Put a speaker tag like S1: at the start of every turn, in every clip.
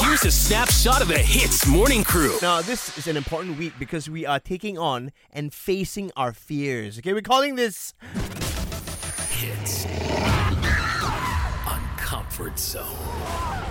S1: Here's a snapshot of the Hits Morning Crew.
S2: Now, this is an important week because we are taking on and facing our fears. Okay, we're calling this
S1: Hits. Uncomfort Zone.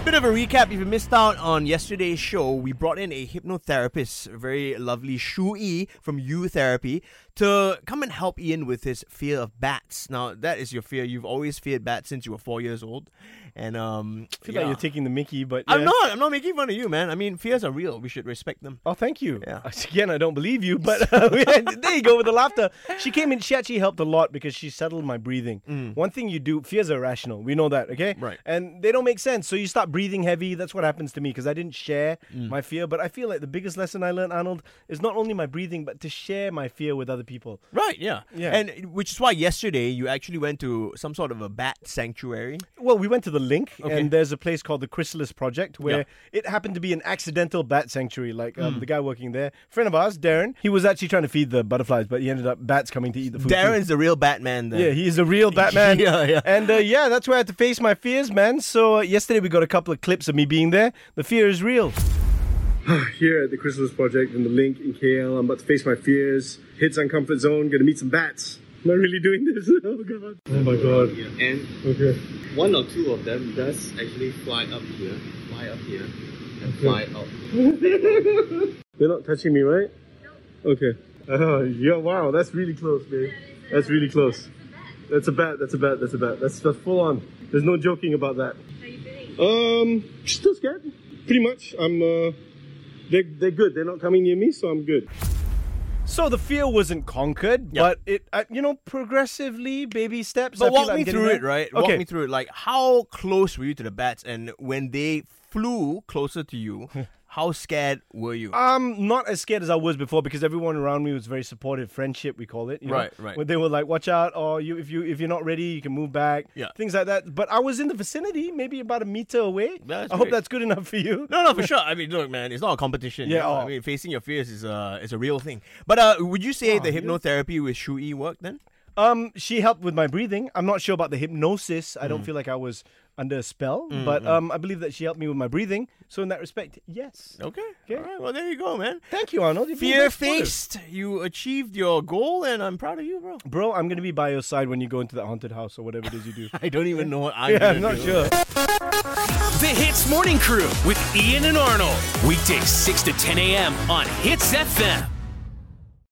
S2: Bit of a recap, if you missed out on yesterday's show, we brought in a hypnotherapist, a very lovely Shu Yi from U Therapy, to come and help Ian with his fear of bats. Now, that is your fear. You've always feared bats since you were four years old. And, um,
S3: I feel
S2: yeah.
S3: like you're taking the Mickey, but
S2: I'm
S3: yeah.
S2: not. I'm not making fun of you, man. I mean, fears are real. We should respect them.
S3: Oh, thank you.
S2: Yeah.
S3: Again, I don't believe you, but uh, there you go with the laughter. She came in. She actually helped a lot because she settled my breathing. One thing you do, fears are irrational. We know that, okay?
S2: Mm. Right.
S3: And they don't make sense. So you start breathing heavy. That's what happens to me because I didn't share
S2: Mm.
S3: my fear. But I feel like the biggest lesson I learned, Arnold, is not only my breathing, but to share my fear with other people.
S2: Right, yeah.
S3: Yeah.
S2: And which is why yesterday you actually went to some sort of a bat sanctuary.
S3: Well, we went to the link,
S2: Okay.
S3: and there's a place called the Chrysalis Project where it happened to be an accidental bat sanctuary. Like um, the guy working there, friend of ours, Darren, he was actually trying to feed the butterflies, but he ended up bats coming to eat the food. too.
S2: Darren's the real Batman then.
S3: Yeah, he is a real Batman.
S2: Yeah, yeah.
S3: And uh, yeah, that's where I had to face my fears, man. So uh, yesterday we got a couple of clips of me being there. The fear is real.
S4: Here at the Chrysalis Project in the Link in KL, I'm about to face my fears. Hits on comfort zone. Gonna meet some bats. Am I really doing this? Oh god. Oh my god.
S5: And
S4: Okay.
S5: one or two of them does actually fly up here, fly up here, and fly up.
S4: They're not touching me, right? Okay. Oh yeah. Wow. That's really close, man. That's really close. That's a bat. That's a bat. That's a bat. That's that's full on. There's no joking about that. Um, still scared. Pretty much. I'm. Uh, they they're good. They're not coming near me, so I'm good.
S3: So the fear wasn't conquered,
S2: Yeah.
S3: but it, uh, you know, progressively, baby steps.
S2: But
S3: I feel
S2: walk
S3: like I'm
S2: me
S3: getting
S2: through
S3: there.
S2: it, right?
S3: Okay.
S2: Walk me through it. Like, how close were you to the bats? And when they flew closer to you, how scared were you?
S3: Um, not as scared as I was before because everyone around me was very supportive. Friendship, we call it. You know?
S2: Right, right.
S3: Where they were like, "Watch out!" or "You, if you, if you're not ready, you can move back."
S2: Yeah.
S3: Things like that. But I was in the vicinity, maybe about a meter away.
S2: That's
S3: I
S2: great.
S3: hope that's good enough for you.
S2: no, no, for sure. I mean, look, man, it's not a competition. you
S3: Yeah,
S2: know? I
S3: oh.
S2: mean, facing your fears is a is a real thing. But uh, would you say the
S3: yeah.
S2: hypnotherapy with Shui worked then?
S3: Um, she helped with my breathing. I'm not sure about the hypnosis. I
S2: Mm.
S3: don't feel like I was under a spell, but um, I believe that she helped me with my breathing. So in that respect, yes.
S2: Okay.
S3: Okay.
S2: All right. Well, there you go, man.
S3: Thank you, Arnold. You've been
S2: Fear
S3: very supportive.
S2: faced. You achieved your goal, and I'm proud of you, bro.
S3: Bro, I'm gonna be by your side when you go into that haunted house or whatever it is you do.
S2: I don't even know what I'm.
S3: yeah,
S2: gonna
S3: I'm not
S2: do.
S3: sure.
S1: The Hits Morning Crew with Ian and Arnold. Weekdays 6 to 10 a.m. on Hits FM.